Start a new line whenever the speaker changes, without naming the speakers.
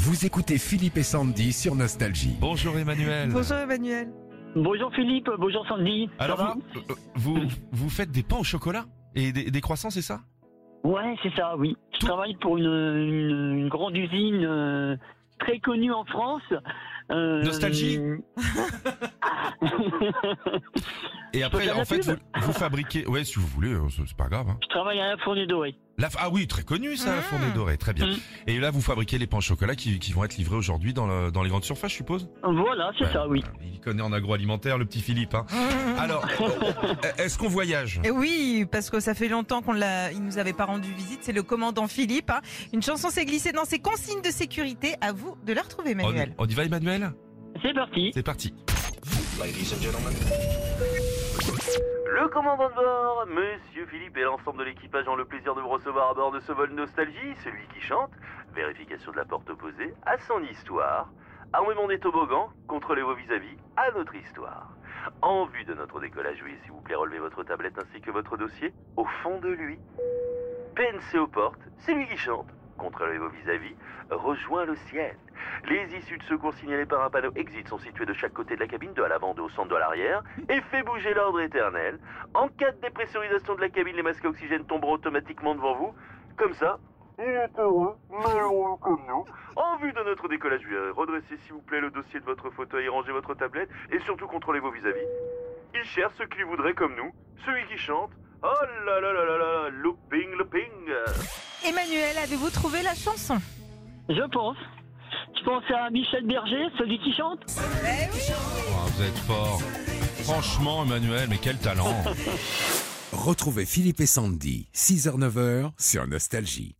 Vous écoutez Philippe et Sandy sur Nostalgie.
Bonjour Emmanuel.
Bonjour Emmanuel.
Bonjour Philippe, bonjour Sandy. Ça
Alors vous, euh, vous vous faites des pains au chocolat et des, des croissants, c'est ça
va Ouais, c'est ça, oui. Je travaille pour une, une- une grande usine euh, très connue en France. Euh,
Nostalgie Et après,
faire la
en fait, vous,
pub
vous fabriquez. Ouais, si vous voulez, euh, c'est c'est pas grave. hein.
Je travaille à la fournée dorée.
La f- ah oui, très connu ça, la
Ah.
fournée dorée, très bien.
Mm.
Et là, vous fabriquez les pains au chocolat qui, qui vont être livrés aujourd'hui dans, le- dans les grandes surfaces, je suppose.
Voilà, c'est
Ouais,
ça, oui.
Il connaît en agroalimentaire, le petit Philippe. Hein. Alors, euh, est-ce qu'on voyage
Et Eh oui, parce que ça fait longtemps qu'on l'a, il nous avait pas rendu visite. C'est le commandant Philippe. hein. Une chanson s'est glissée dans ses consignes de sécurité. À vous de la retrouver,
on,
Emmanuel.
on y va, Emmanuel
C'est parti.
C'est parti.
Le commandant de bord, Monsieur Philippe et l'ensemble de l'équipage ont le plaisir de vous recevoir à bord de ce vol Nostalgie, celui qui chante, vérification de la porte opposée, à son histoire, armement des toboggans, contrôlez vos vis-à-vis, à notre histoire. En vue de notre décollage, veuillez s'il vous plaît relever votre tablette ainsi que votre dossier au fond de lui. PNC aux portes, c'est lui qui chante, contrôlez vos vis-à-vis, rejoins le ciel. Les issues de secours signalées par un panneau exit sont situées de chaque côté de la cabine, de à l'avant, de au centre, de à l'arrière, et fait bouger l'ordre éternel. En cas de dépressurisation de la cabine, les masques à oxygène tomberont automatiquement devant vous. Comme ça, il est heureux, malheureux comme nous. En vue de notre décollage, euh, redressez s'il vous plaît le dossier de votre fauteuil, rangez votre tablette et surtout contrôlez vos vis-à-vis. Il cherche ce qu'il voudrait comme nous, celui qui chante. Oh là là là là là, looping, looping.
Emmanuel, avez-vous trouvé la chanson
Je pense. Je pense à Michel Berger, celui qui chante.
Oh, vous êtes fort. Franchement, Emmanuel, mais quel talent
Retrouvez Philippe et Sandy, 6h-9h sur Nostalgie.